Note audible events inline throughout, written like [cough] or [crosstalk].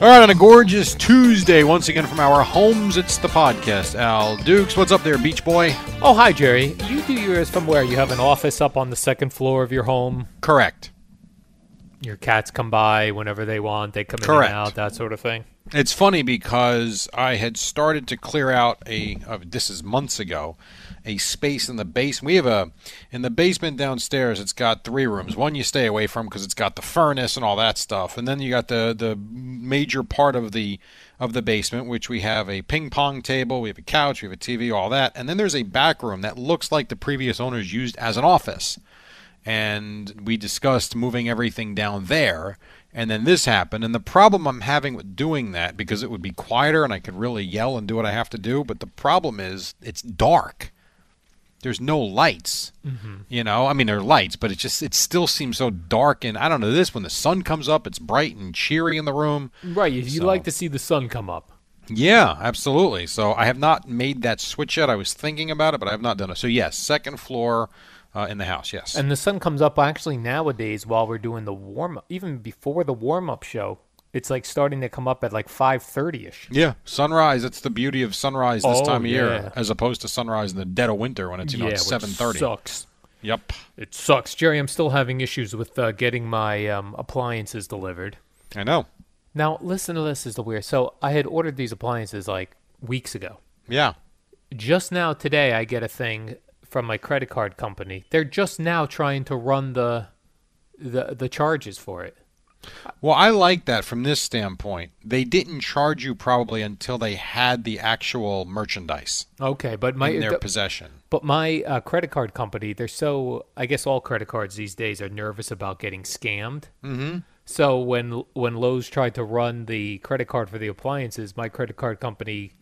All right, on a gorgeous Tuesday, once again from our homes, it's the podcast. Al Dukes, what's up there, Beach Boy? Oh, hi, Jerry. You do yours from where? You have an office up on the second floor of your home. Correct. Your cats come by whenever they want. They come Correct. in and out, that sort of thing. It's funny because I had started to clear out a. Uh, this is months ago. A space in the basement. We have a in the basement downstairs. It's got three rooms. One you stay away from because it's got the furnace and all that stuff. And then you got the the major part of the of the basement, which we have a ping pong table, we have a couch, we have a TV, all that. And then there's a back room that looks like the previous owners used as an office and we discussed moving everything down there and then this happened and the problem i'm having with doing that because it would be quieter and i could really yell and do what i have to do but the problem is it's dark there's no lights you know i mean there are lights but it just it still seems so dark and i don't know this when the sun comes up it's bright and cheery in the room Right. You, you like to see the sun come up. yeah, absolutely. So I have not made that switch yet. I was thinking about it, but I have not done it. So yes, second floor uh, in the house. Yes. And the sun comes up actually nowadays while we're doing the warm up, even before the warm up show. It's like starting to come up at like 5:30 ish. Yeah, sunrise. That's the beauty of sunrise this Oh, time of yeah. year, as opposed to sunrise in the dead of winter when it's you know which it's seven thirty. Sucks. Yep. It sucks, Jerry. I'm still having issues with uh, getting my um, appliances delivered. I know. Now, listen to this is the weird. So, I had ordered these appliances like weeks ago. Yeah. Just now today, I get a thing from my credit card company. They're just now trying to run the the the charges for it. Well, I like that from this standpoint. They didn't charge you probably until they had the actual merchandise Okay, but my in their the- possession. but my uh, credit card company, they're so I guess all credit cards these days are nervous about getting scammed. Mm-hmm. So when when Lowe's tried to run the credit card for the appliances, my credit card company,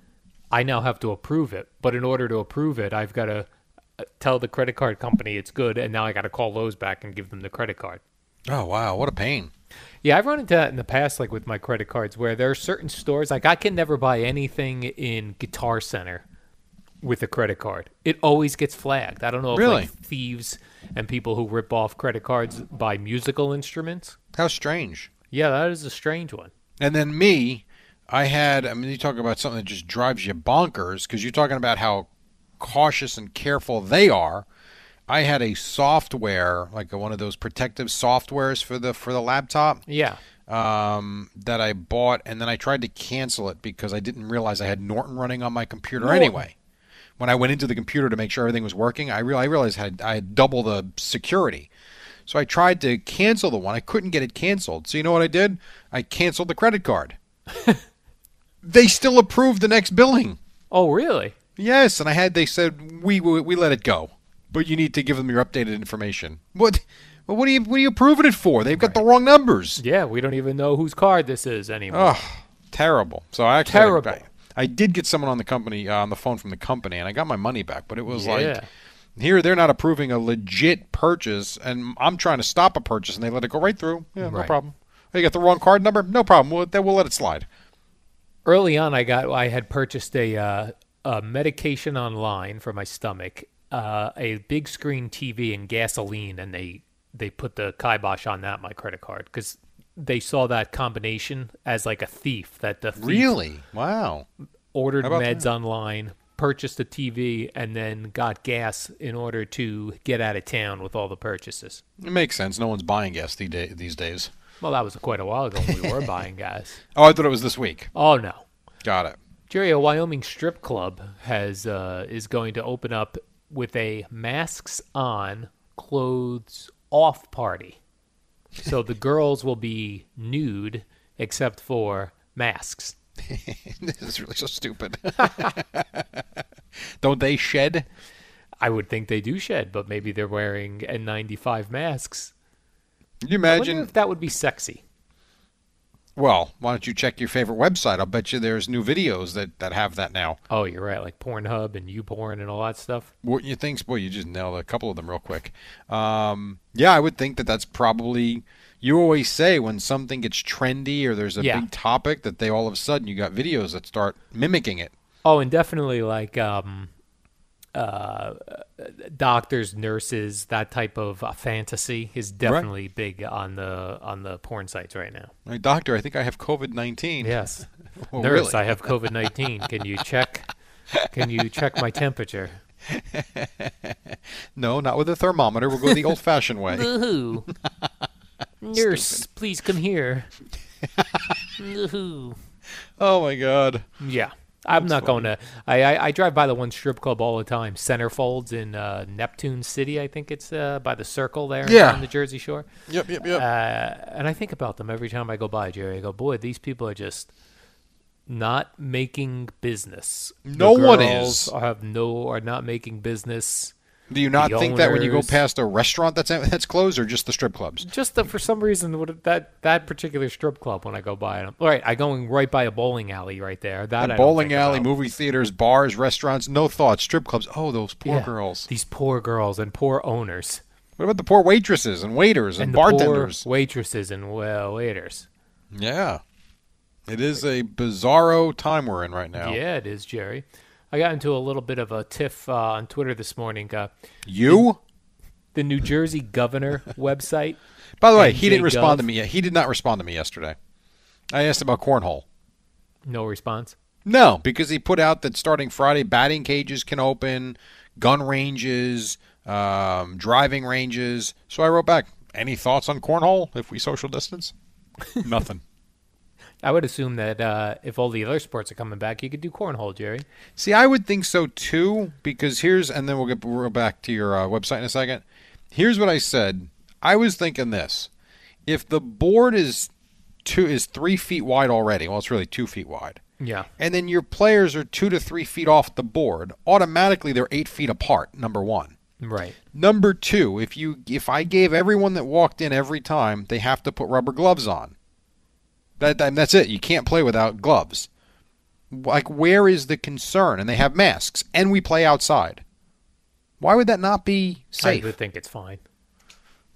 I now have to approve it. But in order to approve it, I've got to tell the credit card company it's good, and now I got to call Lowe's back and give them the credit card. Oh wow, what a pain. Yeah, I've run into that in the past, like with my credit cards, where there are certain stores. Like I can never buy anything in Guitar Center with a credit card. It always gets flagged. I don't know if Really? like thieves and people who rip off credit cards buy musical instruments. How strange. Yeah, that is a strange one. And then me, I had. I mean, you talk about something that just drives you bonkers because you're talking about how cautious and careful they are. I had a software, like one of those protective softwares for the for the laptop, Yeah. um, that I bought, and then I tried to cancel it because I didn't realize I had Norton running on my computer anyway. When I went into the computer to make sure everything was working, I, real I realized I had, I had double the security. So I tried to cancel the one. I couldn't get it canceled. So you know what I did? I canceled the credit card. they still approved the next billing. Oh, really? Yes, and I had. They said we we, we let it go, but you need to give them your updated information. What? Well, what are you what are you approving it for? They've got the wrong numbers. Yeah, we don't even know whose card this is anymore. Oh, terrible. So I actually Terrible. I, I did get someone on the company uh, on the phone from the company, and I got my money back. But it was Yeah. like here they're not approving a legit purchase, and I'm trying to stop a purchase, and they let it go right through. Yeah, no Right. problem. Oh, you got the wrong card number? No problem. We'll, then we'll let it slide. early on i got i had purchased a, uh, a medication online for my stomach uh, a big screen tv and gasoline and they they put the kibosh on that my credit card because they saw that combination as like a thief that the thief Really? Wow. ordered about meds online purchased a TV and then got gas in order to get out of town with all the purchases. It makes sense. No one's buying gas the day, these days. Well, that was quite a while ago when we were buying gas. Oh, I thought it was this week. Oh no. Got it. [laughs] Jerry, a Wyoming strip club has uh, is going to open up with a masks on, clothes off party. So the girls will be nude except for masks. this is really so stupid. [laughs] Don't they shed? I would think they do shed, but maybe they're wearing N95 masks. Can you I wonder imagine? if that would be sexy. Well, why don't you check your favorite website? I'll bet you there's new videos that, that have that now. Oh, you're right, like Pornhub and YouPorn and all that stuff. Wouldn't you think? Boy, you just nailed a couple of them real quick. Um, yeah, I would think that that's probably. You always say when something gets trendy or there's a Yeah. big topic that they all of a sudden you got videos that start mimicking it. Oh, and definitely like um, uh, doctors, nurses, that type of uh, fantasy is definitely big on the on the porn sites right now. Like, Doctor, I think I have COVID [laughs] 19. Yes, Oh, nurse, really? I have COVID nineteen. Can you check? Can you check my temperature? No, not with a thermometer. We'll go the old fashioned [laughs] way. Woohoo! nurse, please come here. [laughs] Woohoo! Oh, my God. Yeah. I'm not going to. I, I I drive by the one strip club all the time, Centerfolds in uh, Neptune City. I think it's uh, by the circle there Yeah. on the Jersey Shore. Uh, Yep, yep, yep. and I think about them every time I go by, Jerry. I go, boy, these people are just not making business. The No one girls is. are- Have no are not making business. Do you not the think that when you go owners- past a restaurant that's that's closed, or just the strip clubs? Just that for some reason what- that that particular strip club when I go by it, I'm, all right, I going right by a bowling alley right there. That I The don't bowling think alley, about. movie theaters, bars, restaurants, no thoughts. Strip clubs. Oh, those poor Yeah. girls. These poor girls and poor owners What about the poor waitresses and waiters and, and, the bartenders? poor waitresses and well waiters. yeah. It is a bizarro time we're in right now. Yeah, it is, Jerry. I got into a little bit of a tiff uh, on Twitter this morning. Uh, You? the New Jersey [laughs] governor website. By the way, And he didn't Jay respond to Gov. me. yet. He did not respond to me yesterday. I asked about cornhole. No response. No, because he put out that starting Friday, batting cages can open, gun ranges, um, driving ranges. So I wrote back, any thoughts on cornhole if we social distance? [laughs] Nothing. I would assume that uh, if all the other sports are coming back, you could do cornhole, Jerry. See, I would think so too, because here's, and then we'll get we'll go back to your uh, website in a second. Here's what I said. I was thinking this: if the board is two is three feet wide already, well, it's really two feet wide, Yeah. and then your players are two to three feet off the board, automatically they're eight feet apart. Number one. Right. Number two, if you if I gave everyone that walked in every time, they have to put rubber gloves on. That that- that's it. You can't play without gloves. Like where is the concern? And they have masks, and we play outside. Why would that not be I would safe? think it's fine.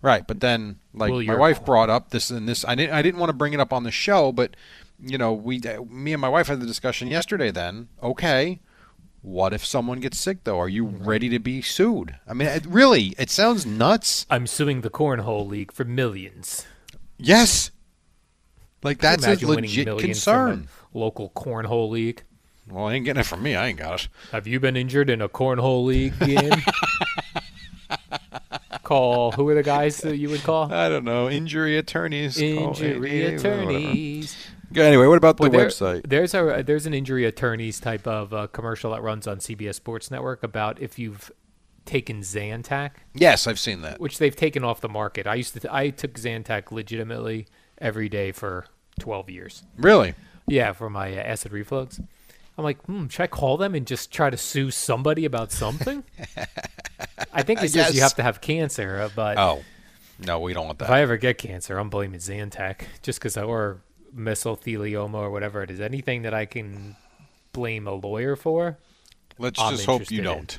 Right, but then like Well, my you're- wife brought up this and this. I didn't I didn't want to bring it up on the show, but you know we uh, me and my wife had the discussion yesterday. Then okay. What if someone gets sick though? Are you ready to be sued? I mean, it, really, it sounds nuts. I'm suing the cornhole league for millions. Yes. Like Can you that's a imagine winning legit millions from a concern. Local cornhole league. Well, I ain't getting it from me. I ain't got it. Have you been injured in a cornhole league [laughs] game? call. Who are the guys that you would call? I don't know. Injury attorneys. call Injury 88, whatever. attorneys. Anyway, what about Well, the there- website? There's a there's an injury attorneys type of uh, commercial that runs on CBS Sports Network about if you've taken Zantac, Yes, I've seen that. which they've taken off the market. I used to t- I took Zantac legitimately every day for 12 years. Really? Yeah, for my uh, acid reflux. I'm like, hmm, should I call them and just try to sue somebody about something? I [laughs] think it's just you guess. have to have cancer, uh, but Oh, no, we don't want if that. I ever get cancer, I'm blaming Zantac just because I or mesothelioma or whatever it is. Anything that I can blame a lawyer for. Let's I'm just hope interested you in. don't.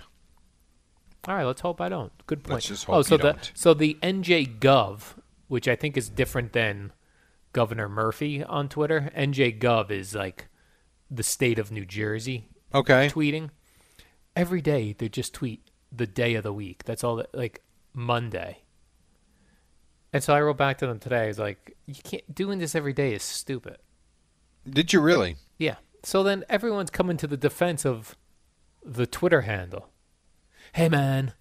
All right, let's hope I don't. Good point. Let's just oh, hope so you the don't. so the NJ Gov, which I think is different than Governor Murphy on Twitter. NJ Gov is like the state of New Jersey Okay. tweeting. Every day they just tweet the day of the week. That's all that like Monday. And so I wrote back to them today. I was like, "You can't doing this every day is stupid." Did you really? Yeah. So then everyone's coming to the defense of the Twitter handle. Hey man,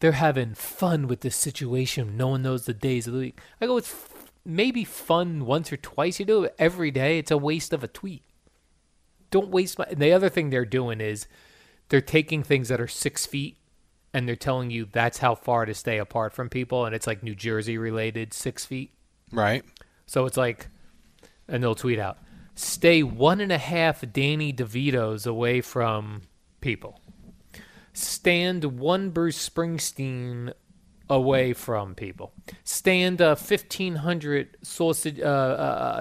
they're having fun with this situation. No one knows the days of the week. I go, it's f- maybe fun once or twice. You do it every day. It's a waste of a tweet. Don't waste my. And the other thing they're doing is they're taking things that are six feet and they're telling you that's how far to stay apart from people. And it's like New Jersey related six feet. Right. So it's like, and they'll tweet out, stay one and a half Danny DeVitos away from people. Stand one Bruce Springsteen away from people. Stand uh, 1,500 sausage, uh, uh,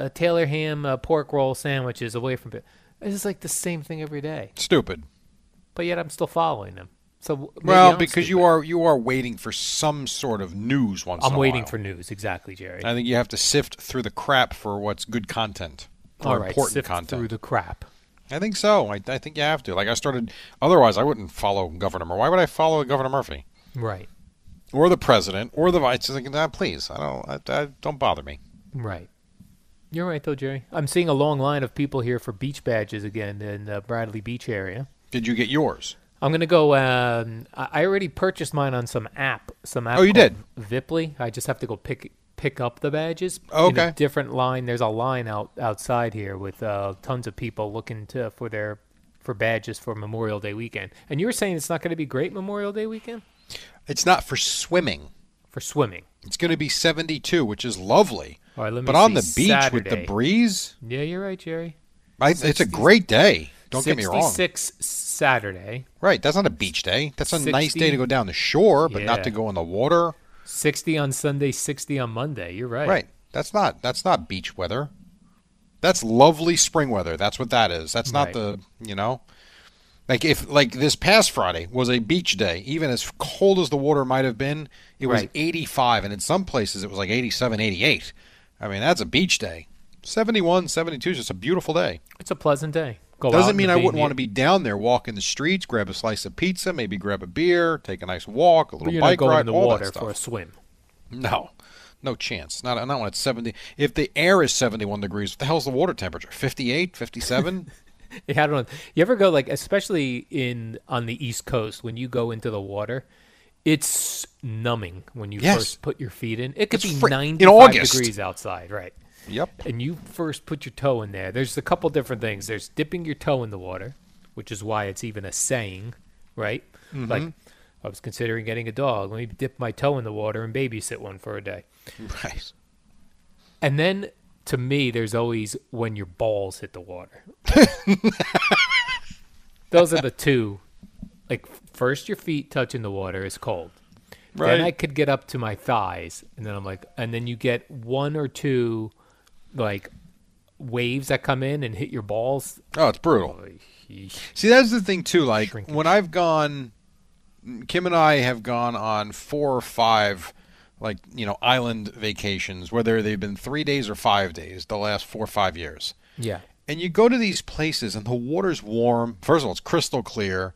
uh, Taylor ham uh, pork roll sandwiches away from people. It's just like the same thing every day, Stupid. but yet I'm still following them. So w- maybe Well, I'm because you stupid. are you are waiting for some sort of news once. in I'm a waiting while. for news, exactly, Jerry. I think you have to sift through the crap for what's good content or All right, important sift content. through the crap. I think so. I, I think you have to. Like I started. Otherwise, I wouldn't follow Governor. Mur- Why would I follow Governor Murphy Right, or the president or the vice? Like, nah, please, I don't. I, I, don't bother me. right. You're right, though, Jerry. I'm seeing a long line of people here for beach badges again in the Bradley Beach area. Did you get yours? I'm gonna go. Um, I I already purchased mine on some app. Some app. Oh, you called Viply. I just have to go pick pick up the badges. In Oh, Okay. a different line. There's a line out outside here with uh, tons of people looking to for their for badges for Memorial Day weekend. And you were saying it's not going to be great Memorial Day weekend It's not for swimming. for swimming. It's going to be 72, which is lovely. All right, let me but on see. the beach with the Saturday. breeze, Yeah, you're right, Jerry. I, it's a great day. Don't get me wrong. 66 Saturday, Right, that's not a beach day. That's a nice day 60. to go down the shore, but not Yeah. to go in the water. 60 on Sunday, 60 on Monday. You're right. Right. That's not that's not beach weather. That's lovely spring weather. That's what that is. That's not Right. the you know, like if like this past Friday was a beach day, even as cold as the water might have been, it was Right. 85, and in some places it was like 87, 88. I mean, that's a beach day. 71, 72 is just a beautiful day. It's a pleasant day. Go out Doesn't in mean the I bay wouldn't near- want to be down there walking the streets, grab a slice of pizza, maybe grab a beer, take a nice walk, a little You're not bike going ride, in the all water that stuff. for a swim. [laughs] No, no chance. Not not when it's seventy. If the air is seventy-one degrees, what the hell's the water temperature? 58, 57? Yeah, I don't know. You ever go like, especially in on the East Coast, when you go into the water, it's numbing when you Yes. first put your feet in. It could It's be fri- in ninety August. degrees outside, right? yep. And you first put your toe in there. There's a couple different things. There's dipping your toe in the water, which is why it's even a saying, right? Like, I was considering getting a dog. Let me dip my toe in the water and babysit one for a day. Right. And then to me, there's always when your balls hit the water. Those are the two. Like first, your feet touching the water is cold. Right. Then I could get up to my thighs, and then I'm like, and then you get one or two, like waves that come in and hit your balls. Oh, it's brutal. See, that's the thing too. Like when I've gone, Kim and I have gone on four or five, like you know, island vacations, whether they've been three days or five days, the last four or five years. Yeah. And you go to these places and the water's warm. First of all, it's crystal clear.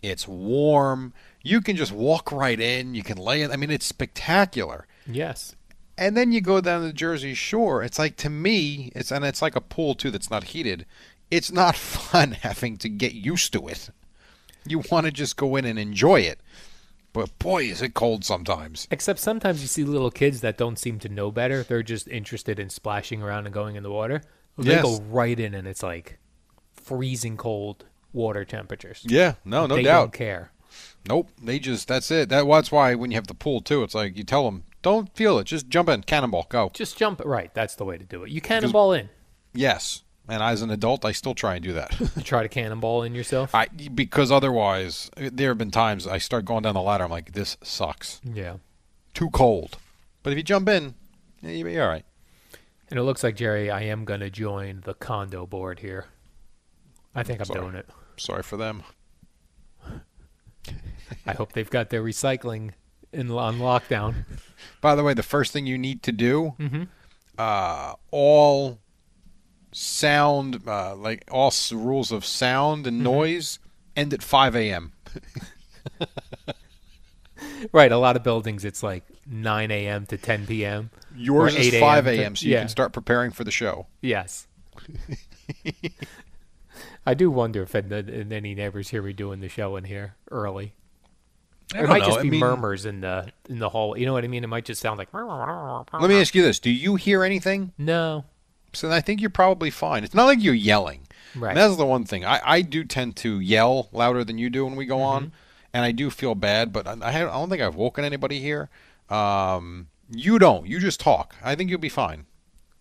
It's warm. You can just walk right in. You can lay in. I mean, it's spectacular. Yes. And then you go down the Jersey Shore. It's like to me, it's and it's like a pool too that's not heated. It's not [laughs] fun having to get used to it. You want to just go in and enjoy it. But boy, is it cold sometimes. Except sometimes you see little kids that don't seem to know better. They're just interested in splashing around and going in the water. They Yes. go right in, and it's like freezing cold water temperatures. Yeah, no, no they doubt. don't care. Nope, they just that's it. That, that's why when you have the pool too, it's like you tell them, don't feel it, just jump in, cannonball, go. Just jump right. That's the way to do it. You cannonball in. Yes, and I, as an adult, I still try and do that. [laughs] You try to cannonball in yourself. I because otherwise, there have been times I start going down the ladder. I'm like, this sucks, yeah. too cold. But if you jump in, yeah, you'll be all right. And it looks like Jerry, I am gonna join the condo board here. I think I'm Sorry. doing it. Sorry for them. I hope they've got their recycling in on lockdown. By the way, the first thing you need to do, uh, all sound, uh, like all s- rules of sound and noise, end at 5 a.m. right. A lot of buildings, it's like 9 a.m. to 10 p.m. Yours Or is 8 a.m. 5 to- a.m., so you yeah. can start preparing for the show. Yes. [laughs] I do wonder if an- an- any neighbors hear me doing the show in here early. I It don't might know. just I be mean, murmurs in the in the hall. You know what I mean? It might just sound like. Let Let me ask you this: Do you hear anything? No. So I think you're probably fine. It's not like you're yelling. Right. And that's the one thing. I, I do tend to yell louder than you do when we go on, Mm-hmm. and I do feel bad, but I, I ha- I don't think I've woken anybody here. Um, you don't. You just talk. I think you'll be fine.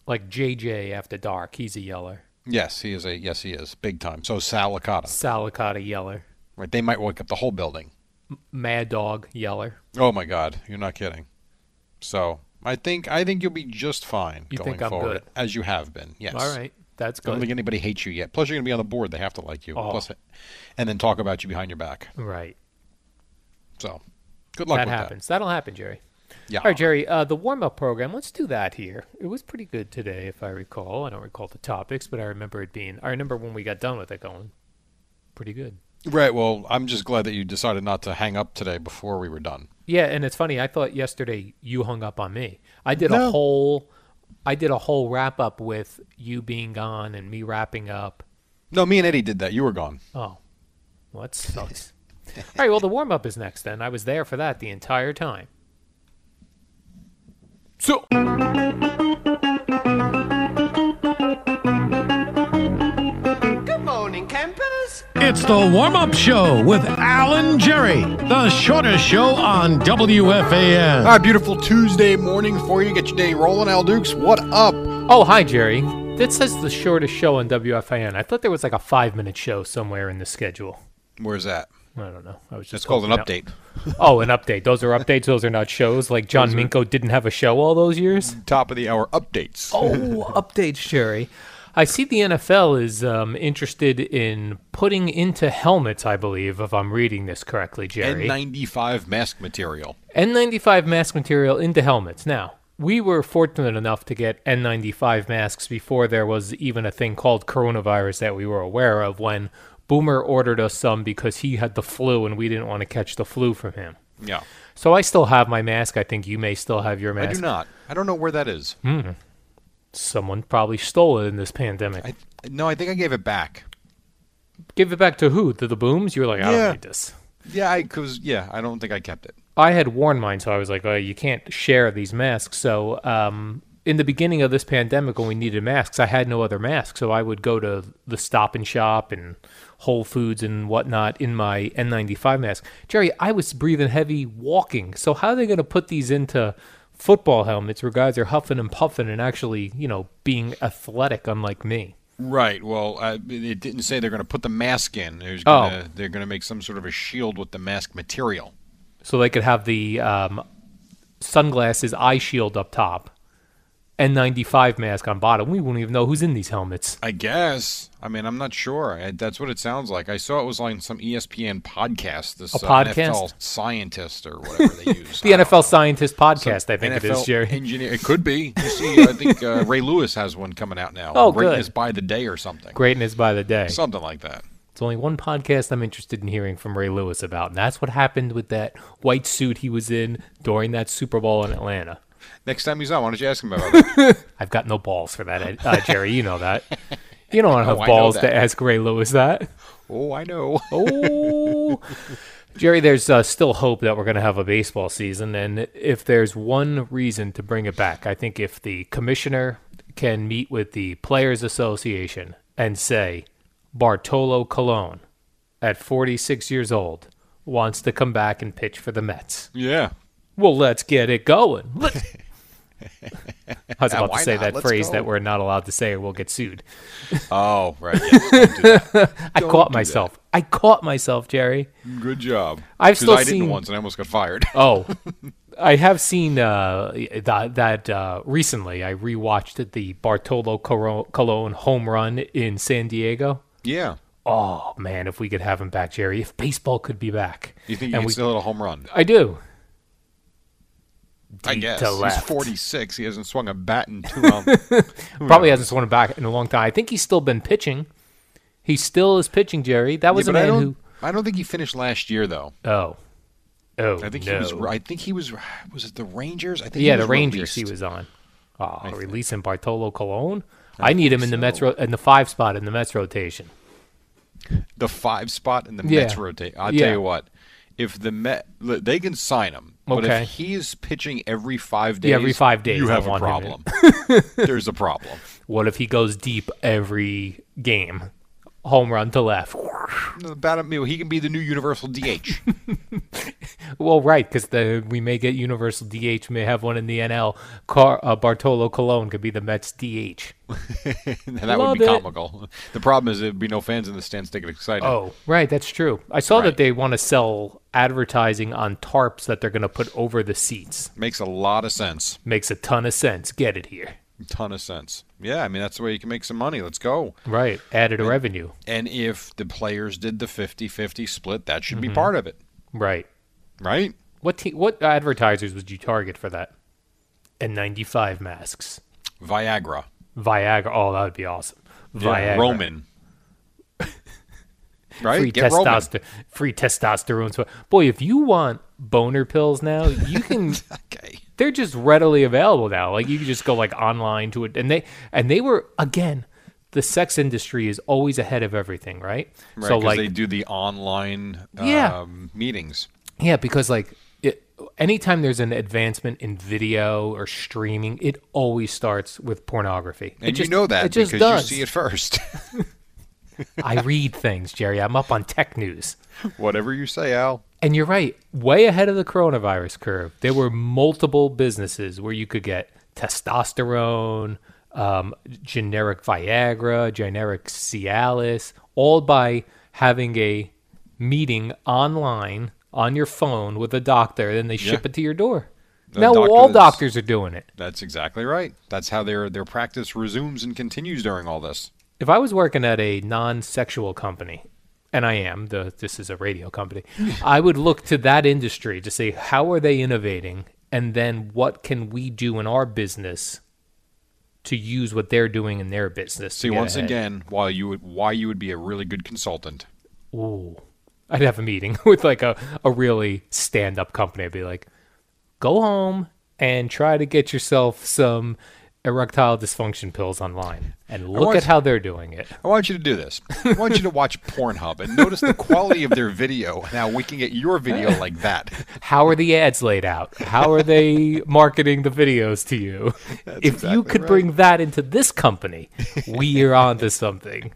Like JJ after dark, he's a yeller. Yes, he is a yes, he is big time. So is Sal Licata. Salicata yeller. Right, they might wake up the whole building. Mad dog yeller. Oh my God, you're not kidding. So I think I think you'll be just fine You going think I'm forward, good? as you have been. Yes. All right, that's I don't think good. anybody hates you yet. Plus, you're going to be on the board. They have to like you. Oh. Plus, and then talk about you behind your back. Right, So, good luck that with happens. That'll happen, Jerry. that. Yeah. All right, Jerry. Uh, the warm up program. Let's do that here. It was pretty good today, if I recall. I don't recall the topics, but I remember it being. I remember when we got done with it, going pretty good. Right. Well, I'm just glad that you decided not to hang up today before we were done. Yeah, and it's funny. I thought yesterday you hung up on me. I did a No. whole, I did a whole wrap up with you being gone and me wrapping up. No, me and Eddie did that. You were gone. Oh, well, that sucks. All right. Well, the warm up is next. Then I was there for that the entire time. So, It's the warm up show with Alan Jerry, the shortest show on all WFAN. right, beautiful Tuesday morning for you. Get your day rolling, Al Dukes. What up? Oh, hi, Jerry. That says the shortest show on WFAN. I thought there was like a five minute show somewhere in the schedule. Where's that? I don't know. I was just It's called an hoping update. that- Oh, an update. Those are updates. Those are not shows. Like John Minko didn't have a show all those years. Top of the hour updates. Oh, updates, Jerry. I see the NFL is um, interested in putting into helmets. I believe, if I'm reading this correctly, Jerry. N95 mask material. N95 mask material into helmets. Now, we were fortunate enough to get N95 masks before there was even a thing called coronavirus that we were aware of when Boomer ordered us some because he had the flu and we didn't want to catch the flu from him. Yeah. So I still have my mask. I think you may still have your mask. I do not. I don't know where that is. Someone probably stole it in this pandemic. I, no, I think I gave it back. Give it back to who? To the booms? You're like, I Yeah. don't need this. Yeah, I cause yeah, I don't think I kept it. I had worn mine, so I was like, oh, you can't share these masks. So, um, in the beginning of this pandemic, when we needed masks, I had no other mask. So I would go to the Stop and Shop and Whole Foods and whatnot in my N95 mask. Jerry, I was breathing heavy walking. So how are they going to put these into football helmets where guys are huffing and puffing and actually, you know, being athletic, unlike me? Right. Well, uh, it didn't say they're going to put the mask in. There's gonna, They're going to make some sort of a shield with the mask material. so they could have the um, sunglasses eye shield up top and 95 mask on bottom. We wouldn't even know who's in these helmets. I guess. I mean, I'm not sure. I, that's what it sounds like. I saw it was on some E ESPN podcast. This A uh, podcast? NFL scientist or whatever [laughs] they use. The I don't NFL Scientist podcast, I think it NFL is, Jerry. Engineer. It could be. You [laughs] see, I think uh, Ray Lewis has one coming out now. Oh, good. Greatness by the day or [laughs] something. Greatness by the day. Something like that. It's only one podcast I'm interested in hearing from Ray Lewis about, and that's what happened with that white suit he was in during that Super Bowl in Atlanta. Next time he's on, why don't you ask him about [laughs] it? I've got no balls for that, Ed- uh, Jerry. You know [laughs] that. You don't want to Oh, have I know balls that. to ask Ray Lewis that. oh, I know. [laughs] Oh, Jerry, there's uh, still hope that we're going to have a baseball season. And if there's one reason to bring it back, I think if the commissioner can meet with the Players Association and say, Bartolo Colon, at 46 years old, wants to come back and pitch for the Mets. Yeah. Well, let's get it going. [laughs] Let's- I was about why to say not? that Let's phrase go. that we're not allowed to say or we'll get sued. Oh, [laughs] right. yes, don't do that. I Don't caught do that. myself. I caught myself, Jerry. Good job. I've 'Cause still I didn't seen- once, and I almost got fired. [laughs] Oh, [laughs] I have seen uh, that, that uh, recently. I rewatched the Bartolo Coro- Colon home run in San Diego. yeah. Oh man, if we could have him back, Jerry. If baseball could be back, You think And you can we- still hit a home run? I do. I Deep guess. to He's left. 46. He hasn't swung a bat [laughs] in two rounds. Probably hasn't swung him back in a long time. I think he's still been pitching. He still is pitching, Jerry. That was Yeah, a but I man don't. who. I don't think he finished last year though. Oh, oh, I think no. he was. I think he was. Was it the Rangers? I think. Yeah, he was the Rangers. He released. was on. Oh, releasing Bartolo Colon. I, need him in the Mets ro- in the five spot in the Mets rotation. the five spot in the Yeah. Mets rotate. I'll Yeah. tell you what, if the Met look, they can sign him, but Okay. if he's pitching every five days, Yeah, every five days, you I have a want him problem. [laughs] There's a problem. What if he goes deep every game? Home run to left. About him, you know, he can be the new universal DH. Well, right, because the we may get universal DH. May have one in the NL. Car, uh, Bartolo Colon could be the Mets DH. And [laughs] that Love would be it. comical. The problem is there'd be no fans in the stands to get excited. Oh, right, that's true. I saw Right. that they want to sell advertising on tarps that they're going to put over the seats. Makes a lot of sense. Makes a ton of sense. Get it here. Ton of sense. Yeah, I mean that's the way you can make some money. Let's go. Right, added revenue. And if the players did the 50-50 split, that should Mm-hmm. be part of it, Right. right? What te- what advertisers would you target for that? N95 masks, Viagra, Viagra. Oh, that would be awesome. Yeah, Viagra. Roman, [laughs] right? Free Get Roman. testosterone. Free testosterone. So- Boy, if you want boner pills now, you [laughs] can. Okay. they're just readily available now. Like you can just go like online to it, and they and they were again. The sex industry is always ahead of everything, right? Right, so 'cause like they do the online um, Yeah. meetings. Yeah, because like it, anytime there's an advancement in video or streaming, it always starts with pornography. And it just, you know that it just because does. you see it first. [laughs] I read things, Jerry. I'm up on tech news. Whatever you say, Al. And you're right, way ahead of the coronavirus curve. There were multiple businesses where you could get testosterone, um, generic Viagra, generic Cialis, all by having a meeting online on your phone with a doctor. Then they ship Yeah. it to your door. The now doctor all that's- doctors are doing it. That's exactly right. That's how their their practice resumes and continues during all this. if I was working at a non-sexual company, and I am, the this is a radio company, I would look to that industry to see how are they innovating, and then what can we do in our business to use what they're doing in their business. to See, get once ahead. again, why you would why you would be a really good consultant. ooh, I'd have a meeting [laughs] with like a a really stand-up company. I'd be like, go home and try to get yourself some erectile dysfunction pills online, and look want- at how they're doing it. I want you to do this. I want you to watch Pornhub and notice the quality of their video. Now we can get your [laughs] video like that. How are the ads laid out? How are [laughs] they marketing the videos to you? if you could bring that into this company, we are on to [laughs] something.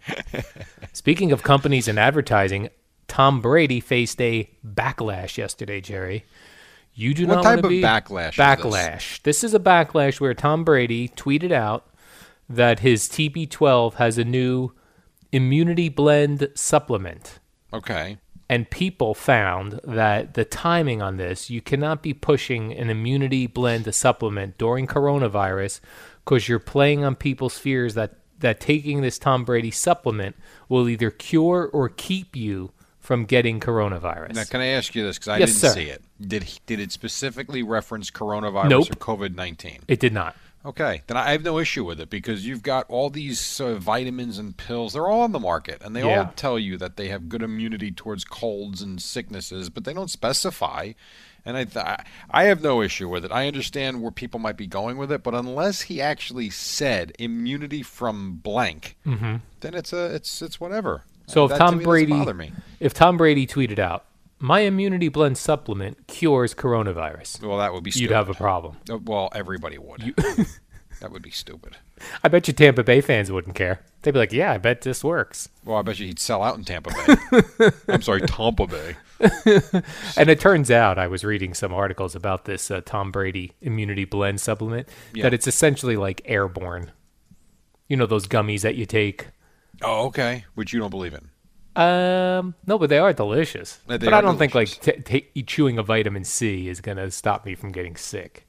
Speaking of companies and advertising, Tom Brady faced a backlash yesterday, Jerry. You do What not type wanna of be backlash is this? Backlash. this is a backlash where Tom Brady tweeted out that his TB12 has a new immunity blend supplement Okay. and people found that the timing on this you cannot be pushing an immunity blend supplement during coronavirus because you're playing on people's fears that that taking this Tom Brady supplement will either cure or keep you from getting coronavirus. Now, can I ask you this? Because I Yes, didn't sir. see it. Did he- did it specifically reference coronavirus Nope. or COVID nineteen? it did not. Okay, then I have no issue with it because you've got all these uh, vitamins and pills. They're all on the market, and they Yeah. all tell you that they have good immunity towards colds and sicknesses, but they don't specify. And I, th- I- I have no issue with it. I understand where people might be going with it, but unless he actually said immunity from blank, then it's a it's it's whatever. Mm-hmm. So if That to Tom me doesn't Brady bother me. if Tom Brady tweeted out, "My immunity blend supplement cures coronavirus." Well, that would be stupid. You'd have a problem. Uh, Well, everybody would. [laughs] that would be stupid. I bet you Tampa Bay fans wouldn't care. They'd be like, "Yeah, I bet this works." Well, I bet you he'd sell out in Tampa Bay. [laughs] I'm sorry, Tampa Bay. And it turns out I was reading some articles about this uh, Tom Brady immunity blend supplement that it's essentially like airborne. You know those gummies that you take. Oh, okay. Which you don't believe in. Um, no, but they are delicious. They but I are don't delicious. think like t- t- chewing a vitamin C is gonna stop me from getting sick.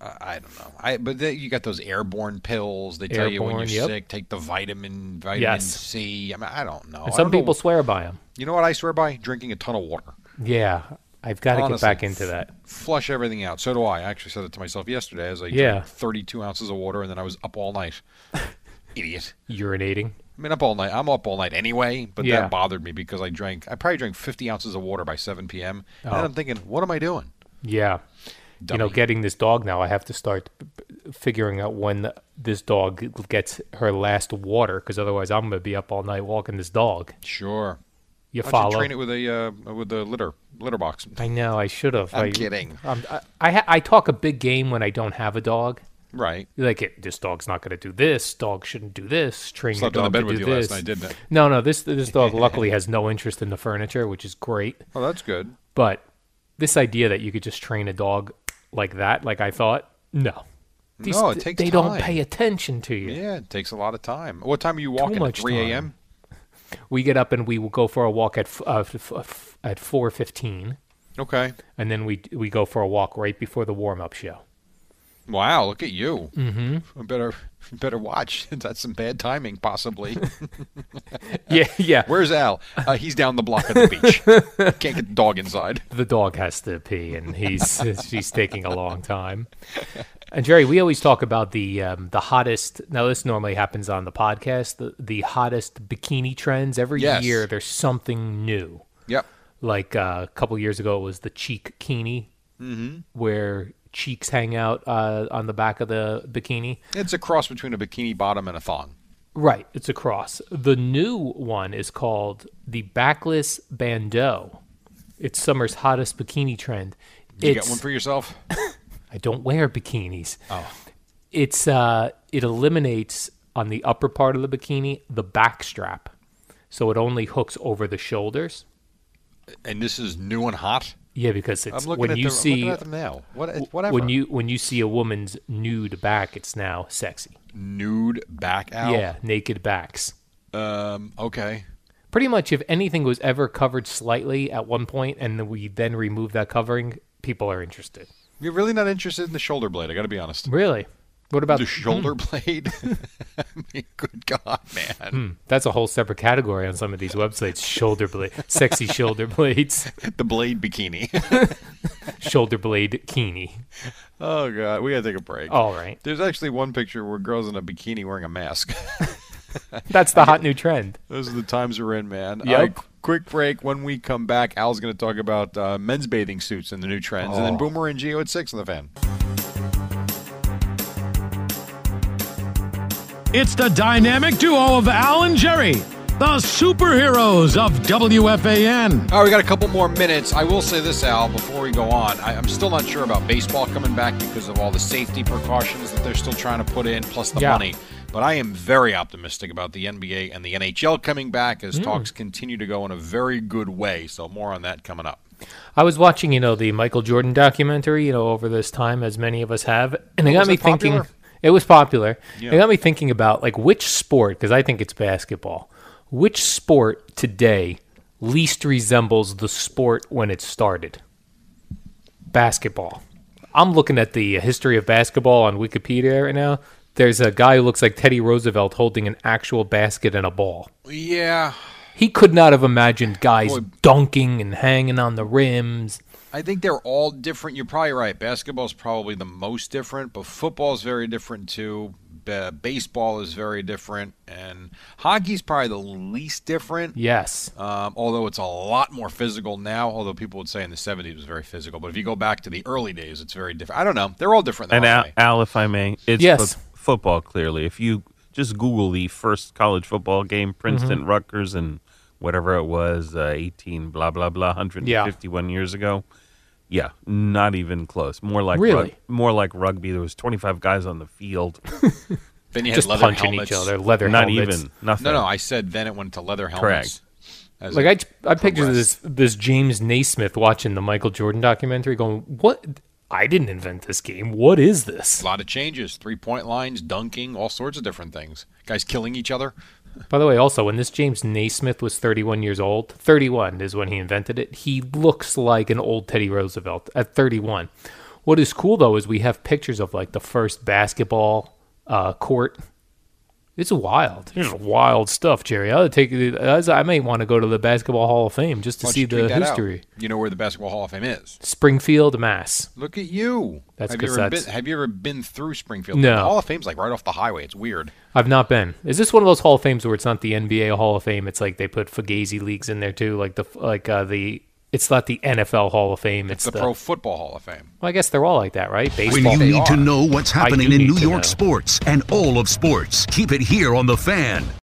I, I don't know. I but then you got those airborne pills. They tell you when you're Airborne, yep. sick, take the vitamin vitamin Yes. C. I mean, I don't know. And Oh, I some don't know- people swear by them. you know what I swear by drinking a ton of water. Yeah, I've got to get Honestly. back into that. Flush everything out. So do I. I actually said it to myself yesterday as I Yeah. drank 32 ounces of water and then I was up [laughs] all night. Idiot. Urinating. I mean, up all night. I'm up all night anyway, but Yeah. that bothered me because I drank. I probably drank 50 ounces of water by 7 p.m. And Oh. I'm thinking, what am I doing? Yeah. You know, Dummy. getting this dog now, I have to start b- b- figuring out when this dog gets her last water, because otherwise I'm going to be up all night walking this dog. Sure. You Why don't follow? you train it with a uh, with a litter litter box? I know. I should have. I'm I, kidding. Um, I, I ha- I talk a big game when I don't have a dog. Right. Like it, this dog's not going to do this. Dog shouldn't do this. Train Slept your on the dog bed to with do you last this. night, didn't I? No, no. This this [laughs] dog luckily has no interest in the furniture, which is great. Oh, that's good. But this idea that you could just train a dog like that, like I thought, no. These, No, it takes They don't time. pay attention to you. Yeah, it takes a lot of time. What time are you walking? much at 3 time. a.m. We get up and we will go for a walk at f- uh, f- f- at four fifteen, Okay. and then we we go for a walk right before the warm up show. Wow, look at you. Mm-hmm. Better [laughs] better watch. [laughs] That's some bad timing, possibly. yeah, [laughs] yeah. Where's Al? Uh, he's down the block at the [laughs] beach. Can't get the dog inside. the dog has to pee and he's [laughs] she's taking a long time and jerry we always talk about the um, the hottest now this normally happens on the podcast the, the hottest bikini trends every Yes. year there's something new Yep. like uh, a couple years ago it was the cheek bikini Mm-hmm. where cheeks hang out uh, on the back of the bikini It's a cross between a bikini bottom and a thong. right it's a cross the new one is called the backless bandeau it's summer's hottest bikini trend You it's, got one for yourself? I don't wear bikinis. Oh. It's uh it eliminates on the upper part of the bikini the back strap. So it only hooks over the shoulders. And this is new and hot? Yeah, because I'm it's looking, when at, you them, I'm see looking at them now. What, whatever. when you when you see a woman's nude back, it's now sexy. Nude back out? Yeah, naked backs. Um, okay. Pretty much if anything was ever covered slightly at one point and then we then remove that covering, people are interested. You're really not interested in the shoulder blade, I got to be honest. Really? What about [laughs] The shoulder blade? [laughs] I mean, good God, man. that's a whole separate category on some of these websites. Shoulder blade, sexy shoulder blades. The blade bikini. [laughs] shoulder blade keeny. oh, God. We got to take a break. All right. There's actually one picture where girls in a bikini wearing a mask. [laughs] That's the hot new trend. Those are the times we're in, man. Yep. All right, quick break. When we come back, Al's going to talk about uh, men's bathing suits and the new trends, and then Boomer and Geo at six on the fan. It's the dynamic duo of Al and Jerry, the superheroes of WFAN. All right, we got a couple more minutes. I will say this, Al, before we go on. I, I'm still not sure about baseball coming back because of all the safety precautions that they're still trying to put in, plus the Yeah. money. But I am very optimistic about the NBA and the NHL coming back as talks continue to go in a very good way. So more on that coming up. I was watching, you know, the Michael Jordan documentary, you know, over this time, as many of us have, and it got was me it, thinking. popular? It was popular. Yeah. It got me thinking about like which sport, because I think it's basketball. Which sport today least resembles the sport when it started? Basketball. I'm looking at the history of basketball on Wikipedia right now. There's a guy who looks like Teddy Roosevelt holding an actual basket and a ball. Yeah, He could not have imagined guys Boy. dunking and hanging on the rims. I think they're all different. You're probably right. Basketball's probably the most different, but football's very different too. Ba baseball is very different, and hockey's probably the least different. Yes. Um, although it's a lot more physical now. Although people would say in the '70s it was very physical, but if you go back to the early days, it's very different. I don't know. They're all different. And though, Al, aren't they? Al, if I may, it's Yes. fo- football. Clearly, if you just Google the first college football game, Mm-hmm. Princeton, Rutgers, and whatever it was, uh, eighteen, blah blah blah, hundred and fifty-one years ago. Yeah, not even close. More like Really? rug- more like rugby. There was twenty-five guys on the field. then you had Just leather punching helmets. each other, leather not helmets. even nothing. No, no. I said then it went to leather helmets. As Like it- I, j- I picture this this James Naismith watching the Michael Jordan documentary, going, "What? I didn't invent this game. What is this?" a lot of changes, three-point lines, dunking, all sorts of different things. Guys killing each other. By the way, also when this James Naismith was 31 years old, 31 is when he invented it. He looks like an old Teddy Roosevelt at 31. What is cool though is we have pictures of like the first basketball uh, court. It's wild. It's wild stuff, Jerry. I would take. I might want to go to the Basketball Hall of Fame just to Why don't see you tweet the that out? history. You know where the Basketball Hall of Fame is. Springfield, Mass. Look at you. That's have you, 'cause ever that's- been, have you ever been through Springfield? No. The Hall of Fame's like right off the highway. It's weird. I've not been. Is this one of those Hall of Fames where it's not the NBA Hall of Fame? It's like they put Fugazi leagues in there too, like the like uh, the It's not the NFL Hall of Fame. It's It's, the Pro Football Hall of Fame. Well, I guess they're all like that, right? Baseball. When you They need are. to know what's I happening do in need New to York know. sports and all of sports, keep it here on The Fan.